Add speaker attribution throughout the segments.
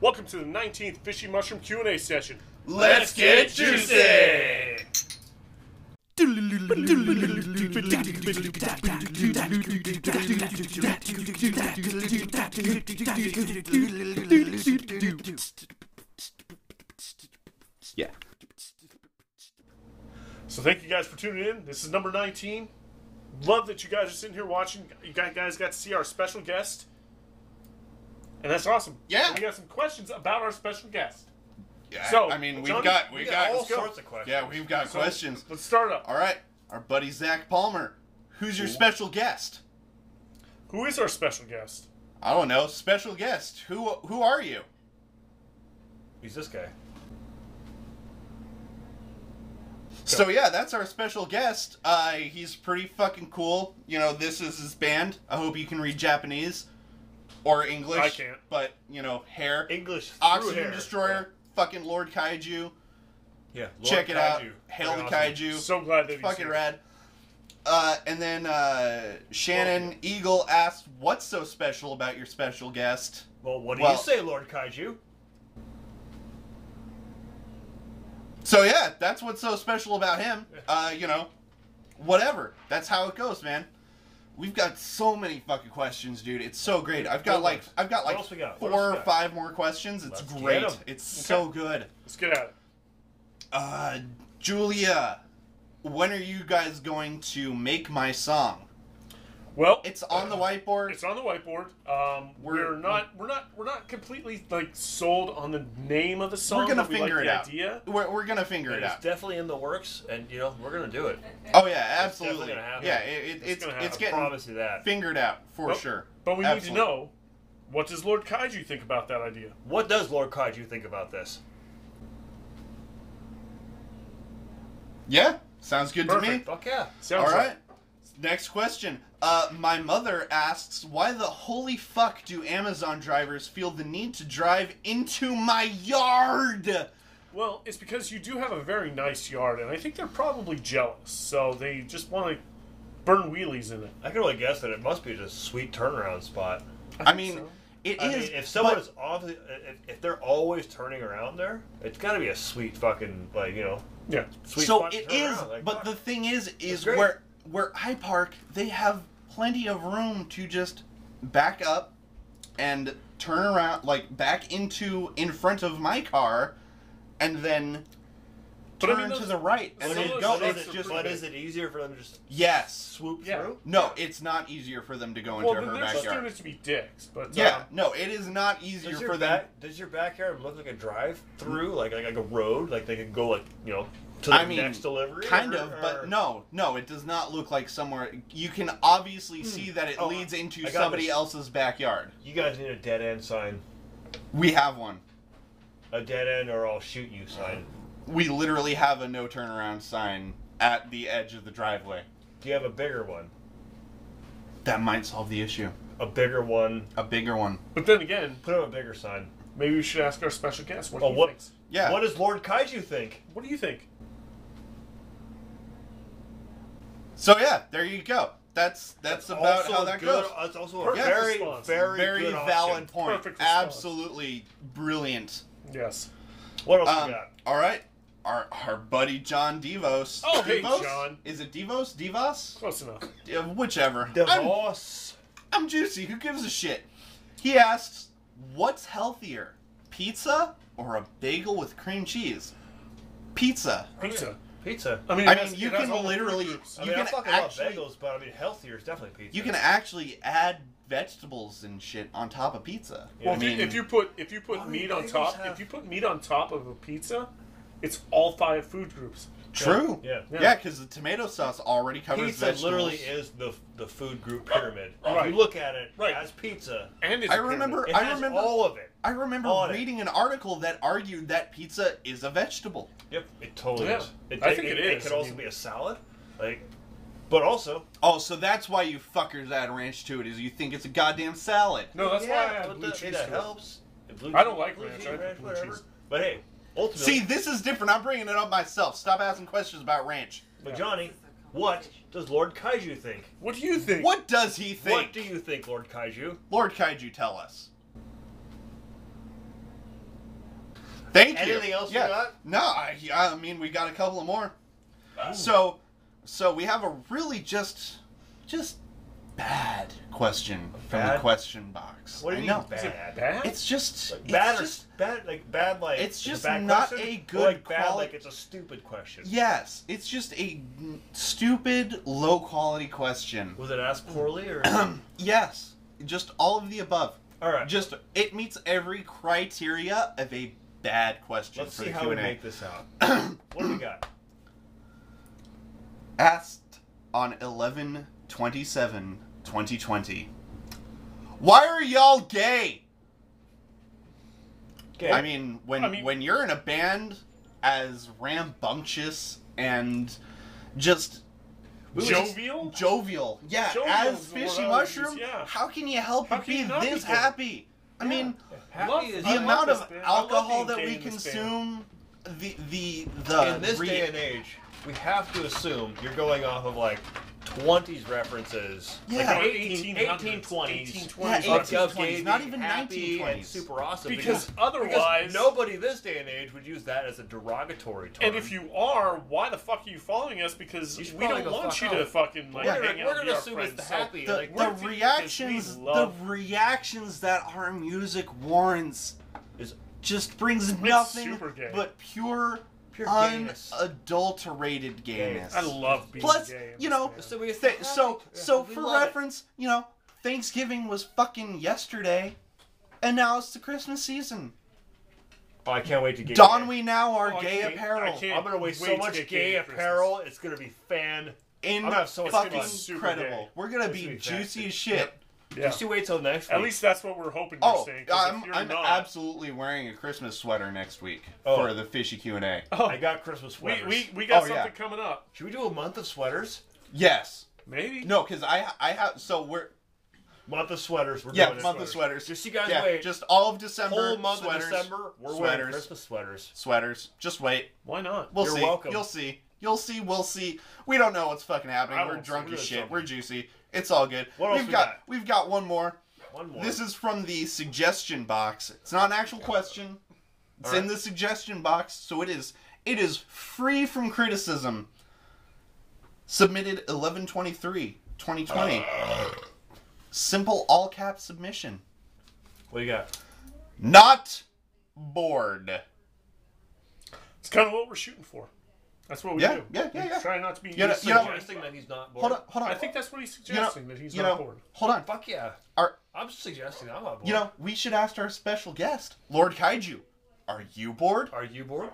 Speaker 1: Welcome to the 19th Fishy Mushroom Q&A session.
Speaker 2: Let's get juicy!
Speaker 3: Yeah.
Speaker 1: So thank you guys for tuning in. This is number 19. Love that you guys are sitting here watching. You guy- guys got to see our special guest. And that's awesome.
Speaker 2: Yeah.
Speaker 1: We got some questions about our special guest.
Speaker 2: Yeah,
Speaker 1: So,
Speaker 2: I mean, we've
Speaker 1: Johnny,
Speaker 2: got we've got,
Speaker 4: all
Speaker 2: let's go.
Speaker 4: sorts of questions.
Speaker 2: Yeah, we've got
Speaker 1: So,
Speaker 2: questions.
Speaker 1: Let's start up.
Speaker 2: All right, our buddy Zach Palmer, who's your special guest?
Speaker 1: Who is our special guest?
Speaker 2: I don't know, special guest. Who who are you?
Speaker 4: Who's this guy?
Speaker 2: So yeah, that's our special guest. Uh, he's pretty fucking cool. You know, this is his band. I hope you can read Japanese or English.
Speaker 1: I can't.
Speaker 2: But you know, hair.
Speaker 4: English. through
Speaker 2: Oxygen
Speaker 4: hair.
Speaker 2: Destroyer, fucking Lord Kaiju.
Speaker 4: Yeah. Lord
Speaker 2: Check it out.
Speaker 4: Kaiju.
Speaker 2: Hail the
Speaker 4: Fucking awesome.
Speaker 2: Kaiju.
Speaker 1: So glad that he's
Speaker 2: fucking
Speaker 1: here.
Speaker 2: rad. Uh, and then uh, Shannon Eagle asked, "What's so special about your special guest?"
Speaker 4: Well, what do
Speaker 2: Well-
Speaker 4: you say, Lord Kaiju?
Speaker 2: So yeah, that's what's so special about him. Uh, you know, whatever. That's how it goes, man. We've got so many fucking questions, dude. It's so great. I've got like I've got like
Speaker 4: else we got? What else
Speaker 2: four or
Speaker 4: we got?
Speaker 2: five more questions. It's
Speaker 4: Let's get
Speaker 2: great.
Speaker 4: 'em.
Speaker 2: It's so good.
Speaker 1: Let's get at it.
Speaker 2: Uh, Julia, when are you guys going to make my song?
Speaker 1: Well,
Speaker 2: It's on the
Speaker 4: Uh,
Speaker 2: whiteboard.
Speaker 1: It's on the whiteboard. Um, we're,
Speaker 2: We're-
Speaker 1: not we're not we're not completely like sold on the name of the song.
Speaker 2: we're gonna
Speaker 1: but we like
Speaker 2: figure it
Speaker 1: the
Speaker 2: out.
Speaker 1: Idea.
Speaker 2: We're, we're gonna figure it
Speaker 4: It's
Speaker 2: out.
Speaker 4: definitely in the works, and you know we're gonna do it.
Speaker 2: oh yeah, absolutely.
Speaker 4: definitely gonna happen.
Speaker 2: yeah, it, it, it's
Speaker 1: It's gonna
Speaker 2: it's
Speaker 1: happen,
Speaker 4: I
Speaker 2: getting
Speaker 4: promise you that.
Speaker 2: fingered out for
Speaker 1: Nope.
Speaker 2: sure.
Speaker 1: But we need
Speaker 2: Absolutely.
Speaker 1: to know what does Lord Kaiju think about that idea?
Speaker 4: What does Lord Kaiju think about this?
Speaker 2: Yeah, sounds good to me.
Speaker 1: Perfect.
Speaker 4: Fuck yeah.
Speaker 1: Sounds
Speaker 2: All right.
Speaker 1: like-
Speaker 2: Next question. Uh, my mother asks, why the holy fuck do Amazon drivers feel the need to drive into my yard?
Speaker 1: Well, it's because you do have a very nice yard, and I think they're probably jealous, so they just want to burn wheelies in it.
Speaker 4: I can only guess that it must be just a sweet turnaround spot.
Speaker 2: I, mean,
Speaker 1: so.
Speaker 2: it is.
Speaker 4: I mean, if someone
Speaker 2: but-
Speaker 4: is obviously, if, if they're always turning around there, it's got to be a sweet fucking like you know
Speaker 1: Yeah.
Speaker 4: sweet.
Speaker 2: so
Speaker 4: spot to
Speaker 2: it
Speaker 4: turn
Speaker 2: is.
Speaker 4: around, like,
Speaker 2: but
Speaker 4: fuck.
Speaker 2: the thing is, is
Speaker 4: great.
Speaker 2: where where I park, they have plenty of room to just back up and turn around, like back into in front of my car, and then
Speaker 1: But I
Speaker 2: turn
Speaker 1: mean,
Speaker 2: to
Speaker 1: those-
Speaker 2: the right, and
Speaker 1: some
Speaker 4: But
Speaker 1: of
Speaker 2: then
Speaker 4: is,
Speaker 1: those
Speaker 2: go.
Speaker 4: but is
Speaker 2: It's
Speaker 4: it-
Speaker 2: just
Speaker 4: but is it easier for them to just
Speaker 2: yes.
Speaker 4: swoop
Speaker 1: Yeah.
Speaker 4: through?
Speaker 2: No, it's not easier for them to go into
Speaker 1: Well, then
Speaker 2: her
Speaker 1: they're just doing
Speaker 2: backyard.
Speaker 1: it to be dicks, but
Speaker 2: Yeah,
Speaker 1: um,
Speaker 2: no, it is not easier
Speaker 4: Does
Speaker 2: for
Speaker 4: your
Speaker 2: them.
Speaker 4: back does your backyard look like a drive through, like, like like a road, like they can go like you know to the
Speaker 2: Mm-hmm. I mean,
Speaker 4: next delivery?
Speaker 2: kind
Speaker 4: or-
Speaker 2: of,
Speaker 4: or-
Speaker 2: but no, no, it does not look like somewhere. You can obviously see that it
Speaker 4: Oh,
Speaker 2: leads into
Speaker 4: I got
Speaker 2: somebody
Speaker 4: this.
Speaker 2: else's backyard.
Speaker 4: You guys need a dead end sign,
Speaker 2: We have one.
Speaker 4: a dead end, or I'll shoot you sign.
Speaker 2: We literally have a no turnaround sign at the edge of the driveway.
Speaker 4: Do you have a bigger one?
Speaker 2: That might solve the issue.
Speaker 4: A bigger one.
Speaker 2: A bigger one.
Speaker 1: but then again,
Speaker 4: Put up a bigger sign.
Speaker 1: maybe we should ask our special guest what
Speaker 4: Oh,
Speaker 1: he
Speaker 4: what-
Speaker 1: thinks.
Speaker 2: Yeah.
Speaker 4: What does Lord Kaiju think?
Speaker 1: What do you think?
Speaker 2: so yeah, there you go. That's that's about
Speaker 4: Also
Speaker 2: how that
Speaker 4: good-
Speaker 2: goes.
Speaker 4: That's also a
Speaker 1: Perfect
Speaker 4: very,
Speaker 1: response.
Speaker 4: very,
Speaker 2: Very
Speaker 4: good
Speaker 2: valid
Speaker 4: option.
Speaker 2: point.
Speaker 1: Perfect response.
Speaker 2: Absolutely brilliant.
Speaker 1: Yes.
Speaker 4: What else
Speaker 2: Um,
Speaker 4: we got?
Speaker 2: all right. Our, our buddy John Devos.
Speaker 1: Oh, hey,
Speaker 2: Devos?
Speaker 1: John.
Speaker 2: Is it Devos? Devos?
Speaker 1: Close enough.
Speaker 2: Uh, whichever. I'm,
Speaker 4: Divorce.
Speaker 2: I'm juicy. Who gives a shit? He asks, what's healthier, pizza or a bagel with cream cheese? Pizza.
Speaker 1: Pizza.
Speaker 4: Pizza.
Speaker 1: I mean,
Speaker 2: I
Speaker 1: it
Speaker 2: mean,
Speaker 1: has-
Speaker 2: you
Speaker 1: it has
Speaker 2: can
Speaker 1: all the
Speaker 2: literally-
Speaker 1: food groups.
Speaker 4: I
Speaker 2: you
Speaker 4: mean, I
Speaker 2: can
Speaker 4: fucking
Speaker 2: actually-
Speaker 4: love bagels, but I mean, healthier is definitely pizza.
Speaker 2: You can actually add vegetables and shit on top of pizza.
Speaker 4: Yeah.
Speaker 1: Well,
Speaker 2: I
Speaker 1: if,
Speaker 2: mean,
Speaker 1: you, if you put if you
Speaker 4: Why
Speaker 1: put
Speaker 4: would
Speaker 1: meat on
Speaker 4: bagels
Speaker 1: top,
Speaker 4: have-
Speaker 1: if you put meat on top of a pizza, it's all five food groups.
Speaker 2: true.
Speaker 4: Yeah.
Speaker 1: Yeah.
Speaker 2: Yeah, because the tomato sauce already covers
Speaker 4: Pizza
Speaker 2: vegetables.
Speaker 4: literally is the the food group pyramid.
Speaker 1: Right.
Speaker 4: If you look at it
Speaker 1: Right.
Speaker 4: as pizza,
Speaker 1: And it's
Speaker 2: I
Speaker 1: a pyramid.
Speaker 2: remember-
Speaker 4: it
Speaker 2: I
Speaker 4: has
Speaker 2: remember-
Speaker 4: all of it.
Speaker 2: I remember
Speaker 4: On it.
Speaker 2: reading an article that argued that pizza is a vegetable.
Speaker 4: Yep, it totally
Speaker 1: Yeah.
Speaker 4: is. It,
Speaker 1: I think it
Speaker 4: It
Speaker 1: is.
Speaker 4: could
Speaker 1: I
Speaker 4: also
Speaker 1: mean-
Speaker 4: be a salad, like, but also
Speaker 2: Oh, so that's why you fuckers add ranch to it is you think it's a goddamn salad.
Speaker 1: No, that's why I
Speaker 4: Yeah,
Speaker 1: have
Speaker 4: what
Speaker 1: blue
Speaker 4: the-
Speaker 1: cheese.
Speaker 4: That
Speaker 1: to it.
Speaker 4: helps. Blue
Speaker 1: I don't like
Speaker 4: blue
Speaker 1: ranch,
Speaker 4: cheese,
Speaker 1: I like blue
Speaker 4: whatever.
Speaker 1: cheese.
Speaker 4: But hey, ultimately,
Speaker 2: See, this is different. I'm bringing it up myself. Stop asking questions about ranch.
Speaker 4: but Johnny, what does Lord Kaiju think?
Speaker 1: What do you think?
Speaker 2: What does he think?
Speaker 4: What do you think, Lord Kaiju?
Speaker 2: Lord Kaiju, tell us. Thank you.
Speaker 3: Anything else we
Speaker 2: yeah.
Speaker 3: got?
Speaker 2: No, I, I mean we got a couple of more.
Speaker 4: Oh.
Speaker 2: So, so we have a really just, just bad question from the
Speaker 4: Bad?
Speaker 2: question box.
Speaker 4: What do
Speaker 2: I
Speaker 4: you
Speaker 2: know.
Speaker 4: mean bad?
Speaker 1: Bad?
Speaker 2: It's just
Speaker 4: Like
Speaker 2: it's
Speaker 4: bad or
Speaker 2: just-
Speaker 4: bad, like bad, like
Speaker 2: It's
Speaker 4: a
Speaker 2: just
Speaker 4: bad
Speaker 2: not
Speaker 4: question?
Speaker 2: a
Speaker 4: Or,
Speaker 2: good
Speaker 4: like bad,
Speaker 2: quali-
Speaker 4: like it's a stupid question.
Speaker 2: yes, it's just a stupid, low quality question.
Speaker 4: Was it asked poorly or?
Speaker 2: Yes, just all of the above.
Speaker 4: All right,
Speaker 2: Just it meets every criteria of a bad question
Speaker 4: let's
Speaker 2: for
Speaker 4: see
Speaker 2: the
Speaker 4: how
Speaker 2: Q
Speaker 4: we
Speaker 2: and A.
Speaker 4: make this out. what do we got?
Speaker 2: asked on 11 27 2020 why are y'all gay
Speaker 4: Okay.
Speaker 2: i mean when
Speaker 1: I mean-
Speaker 2: when you're in a band as rambunctious and just
Speaker 4: was
Speaker 1: Jovial?
Speaker 2: jovial yeah
Speaker 1: Jovial
Speaker 2: as
Speaker 1: is the word
Speaker 2: fishy
Speaker 1: I would
Speaker 2: mushroom
Speaker 1: use, yeah.
Speaker 2: how can you help
Speaker 1: How
Speaker 2: but
Speaker 1: can
Speaker 2: be
Speaker 1: you not be
Speaker 2: this
Speaker 1: gay?
Speaker 2: happy i mean
Speaker 3: Happy
Speaker 1: Love-
Speaker 3: is
Speaker 2: the
Speaker 1: I love
Speaker 2: amount
Speaker 1: this
Speaker 2: of
Speaker 1: band. I love
Speaker 2: alcohol
Speaker 1: being
Speaker 2: that
Speaker 1: gay
Speaker 2: we
Speaker 1: in this band.
Speaker 2: consume the the the
Speaker 4: in this
Speaker 2: re-
Speaker 4: day and age, we have to assume you're going off of like 20s references,
Speaker 2: Yeah.
Speaker 4: like the 18,
Speaker 1: 1800s,
Speaker 4: 1820s,
Speaker 1: 1820s.
Speaker 2: Yeah,
Speaker 4: of
Speaker 2: 1820s,
Speaker 4: gay being
Speaker 2: not even
Speaker 4: happy
Speaker 2: 1920s.
Speaker 4: and super awesome
Speaker 1: Because
Speaker 4: because
Speaker 1: otherwise-
Speaker 4: nobody this day and age would use that as a derogatory term.
Speaker 1: And if you are, why the fuck are you following us? Because
Speaker 4: You should
Speaker 1: we don't
Speaker 4: probably go
Speaker 1: want
Speaker 4: fuck
Speaker 1: you to
Speaker 4: off.
Speaker 1: fucking like
Speaker 4: we're
Speaker 1: hang
Speaker 4: gonna,
Speaker 1: out
Speaker 4: we're
Speaker 1: and
Speaker 4: gonna
Speaker 1: be our
Speaker 4: assume
Speaker 1: friends.
Speaker 4: it's
Speaker 1: so-
Speaker 4: the happy,
Speaker 2: the,
Speaker 4: like
Speaker 2: the
Speaker 1: we're- we
Speaker 2: reactions the
Speaker 1: love-
Speaker 2: reactions that our music warrants
Speaker 4: is
Speaker 2: just brings nothing
Speaker 1: super gay.
Speaker 2: but pure,
Speaker 4: Pure gayness.
Speaker 2: unadulterated gayness.
Speaker 1: I love being
Speaker 2: Plus,
Speaker 1: gay. in
Speaker 2: you
Speaker 1: this
Speaker 2: know,
Speaker 1: band.
Speaker 4: so we
Speaker 2: Th- so so
Speaker 4: We
Speaker 2: for
Speaker 4: love it.
Speaker 2: reference, you know, Thanksgiving was fucking yesterday, and now it's the Christmas season.
Speaker 4: Oh, I can't wait to get
Speaker 2: Don
Speaker 4: gay.
Speaker 2: we now our
Speaker 1: Oh, I
Speaker 2: gay
Speaker 1: can't-
Speaker 2: apparel.
Speaker 1: I can't
Speaker 4: I'm gonna waste
Speaker 1: wait
Speaker 4: so
Speaker 1: to
Speaker 4: much
Speaker 1: get
Speaker 4: gay
Speaker 1: at Christmas.
Speaker 4: apparel. It's gonna be fan.
Speaker 2: In
Speaker 4: I'm gonna have so much
Speaker 2: fucking
Speaker 4: fun.
Speaker 1: Super
Speaker 2: incredible.
Speaker 1: gay.
Speaker 2: We're gonna
Speaker 4: It's
Speaker 2: be
Speaker 4: gonna be
Speaker 2: juicy
Speaker 4: fantastic.
Speaker 2: as shit.
Speaker 1: Yeah.
Speaker 4: Just you wait till next week.
Speaker 1: At least that's what we're hoping you're
Speaker 2: Oh,
Speaker 1: saying. 'cause
Speaker 2: I'm,
Speaker 1: if you're
Speaker 2: I'm
Speaker 1: not,
Speaker 2: absolutely wearing a Christmas sweater next week
Speaker 4: Oh.
Speaker 2: for the fishy Q and A.
Speaker 1: Oh,
Speaker 4: I got Christmas
Speaker 1: we,
Speaker 4: sweaters.
Speaker 1: we, we got
Speaker 2: Oh, yeah.
Speaker 1: something coming up.
Speaker 4: Should we do a month of sweaters?
Speaker 2: Yes.
Speaker 1: Maybe.
Speaker 2: No, because I I have so we're
Speaker 4: Month of sweaters. We're
Speaker 2: yeah
Speaker 4: doing it.
Speaker 2: month of sweaters.
Speaker 4: Just you guys
Speaker 2: yeah,
Speaker 4: wait.
Speaker 2: just all of December.
Speaker 4: whole month
Speaker 2: sweaters,
Speaker 4: of December, we're
Speaker 2: sweaters.
Speaker 4: wearing Christmas sweaters.
Speaker 2: Sweaters. Just wait.
Speaker 1: Why not?
Speaker 2: We'll
Speaker 4: You're
Speaker 2: see.
Speaker 4: welcome.
Speaker 2: You'll see. You'll see. We'll see. We don't know what's fucking happening.
Speaker 1: I
Speaker 2: We're
Speaker 1: won't see.
Speaker 2: drunk
Speaker 1: We're
Speaker 2: as
Speaker 1: gonna
Speaker 2: shit.
Speaker 1: jump.
Speaker 2: We're juicy. It's all good.
Speaker 4: What
Speaker 2: we've
Speaker 4: else we
Speaker 2: got,
Speaker 4: got?
Speaker 2: We've got one more.
Speaker 4: One more.
Speaker 2: This is from the suggestion box. It's not an actual question. It's in
Speaker 4: Alright.
Speaker 2: the suggestion box, so it is it is free from criticism. Submitted 1123 2020.
Speaker 1: Uh.
Speaker 2: Simple all cap submission.
Speaker 4: what do you got?
Speaker 2: Not bored.
Speaker 1: It's kind of what we're shooting for. That's what we
Speaker 2: Yeah,
Speaker 1: do.
Speaker 2: yeah, yeah,
Speaker 1: We
Speaker 2: yeah.
Speaker 1: Try not to be.
Speaker 2: You know-
Speaker 1: too
Speaker 2: you know-
Speaker 1: suggestive.
Speaker 4: Suggesting that he's not bored.
Speaker 2: Hold on, hold on.
Speaker 1: I think that's what he's
Speaker 2: you know,
Speaker 1: suggesting that he's
Speaker 2: you
Speaker 1: not
Speaker 2: know,
Speaker 1: bored.
Speaker 2: hold on.
Speaker 4: Fuck yeah.
Speaker 2: Are
Speaker 4: I'm suggesting I'm not bored.
Speaker 2: you know, we should ask our special guest, Lord Kaiju. Are you bored?
Speaker 4: Are you bored?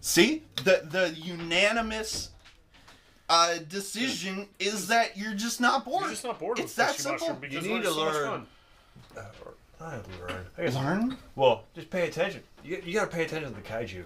Speaker 2: See? The the unanimous uh, decision is that you're just not bored.
Speaker 1: You're just not bored with
Speaker 2: It's that
Speaker 1: fishy
Speaker 2: simple.
Speaker 1: mushroom because
Speaker 4: You need
Speaker 1: we're
Speaker 4: to
Speaker 1: so much
Speaker 4: learn.
Speaker 1: fun.
Speaker 4: Uh, I have to learn. I guess-
Speaker 2: Learn.
Speaker 4: Well, just pay attention. You, you gotta pay attention to the kaiju.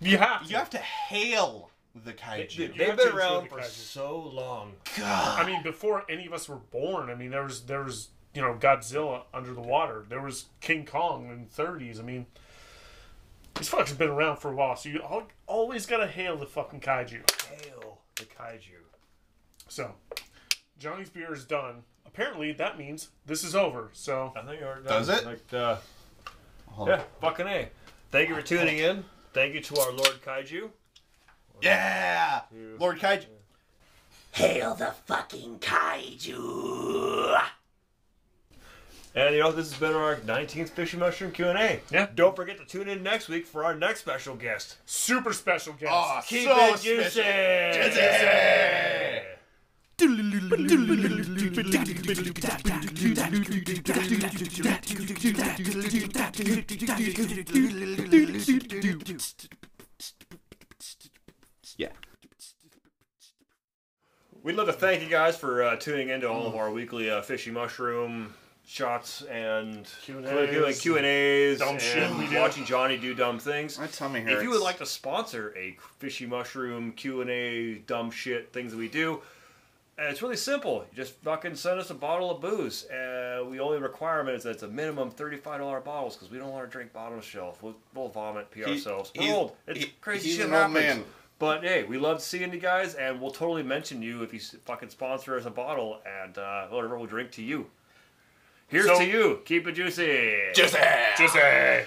Speaker 1: You have to.
Speaker 2: You have to hail the
Speaker 4: They,
Speaker 2: kaiju.
Speaker 1: you
Speaker 4: have
Speaker 1: have to
Speaker 4: been
Speaker 1: enjoy
Speaker 4: around
Speaker 1: the
Speaker 4: for
Speaker 1: kaiju.
Speaker 4: so long.
Speaker 2: God.
Speaker 1: I mean, before any of us were born, I mean, there was there was you know Godzilla under the water. There was King Kong in the 30s. I mean, these fucks have been around for a while, so you al- always gotta hail the fucking kaiju.
Speaker 4: Hail the kaiju.
Speaker 1: So, Johnny's beer is done. Apparently, that means this is over. So,
Speaker 4: I think you're
Speaker 2: Does it?
Speaker 4: Like, uh,
Speaker 2: Hold on.
Speaker 4: yeah, fucking A. Thank you for tuning in. Thank you to our Lord Kaiju.
Speaker 2: Yeah. Lord Kaiju.
Speaker 3: Hail the fucking kaiju!
Speaker 4: And you know, this has been our 19th Fishy Mushroom Q&A.
Speaker 1: Yeah.
Speaker 4: Don't forget to tune in next week for our next special guest.
Speaker 1: super special guest.
Speaker 2: Oh,
Speaker 4: Keep
Speaker 2: so
Speaker 4: it juicy!
Speaker 2: special.
Speaker 4: We'd love to thank you guys for uh, tuning into all of our weekly uh, Fishy Mushroom shots and
Speaker 1: Q&As.
Speaker 4: Q and A's
Speaker 1: Dumb
Speaker 4: and
Speaker 1: shit we do.
Speaker 4: watching Johnny do dumb things.
Speaker 2: My tummy hurts.
Speaker 4: If you would like to sponsor a fishy mushroom Q and A dumb shit things that we do, uh, it's really simple. You just fucking send us a bottle of booze. Uh, we only requirement is that it's a minimum thirty-five dollar bottles because we don't want to drink bottom shelf. We'll, we'll vomit, pee ourselves. We're
Speaker 2: he's-
Speaker 4: old. It's
Speaker 2: he-
Speaker 4: crazy
Speaker 2: he's
Speaker 4: shit
Speaker 2: an old
Speaker 4: happens.
Speaker 2: man.
Speaker 4: But hey, we love seeing you guys, and we'll totally mention you if you s- fucking sponsor us a bottle, and uh, whatever we'll drink to you. Here's
Speaker 1: So-
Speaker 4: to you. Keep it juicy.
Speaker 2: Just
Speaker 1: Just a.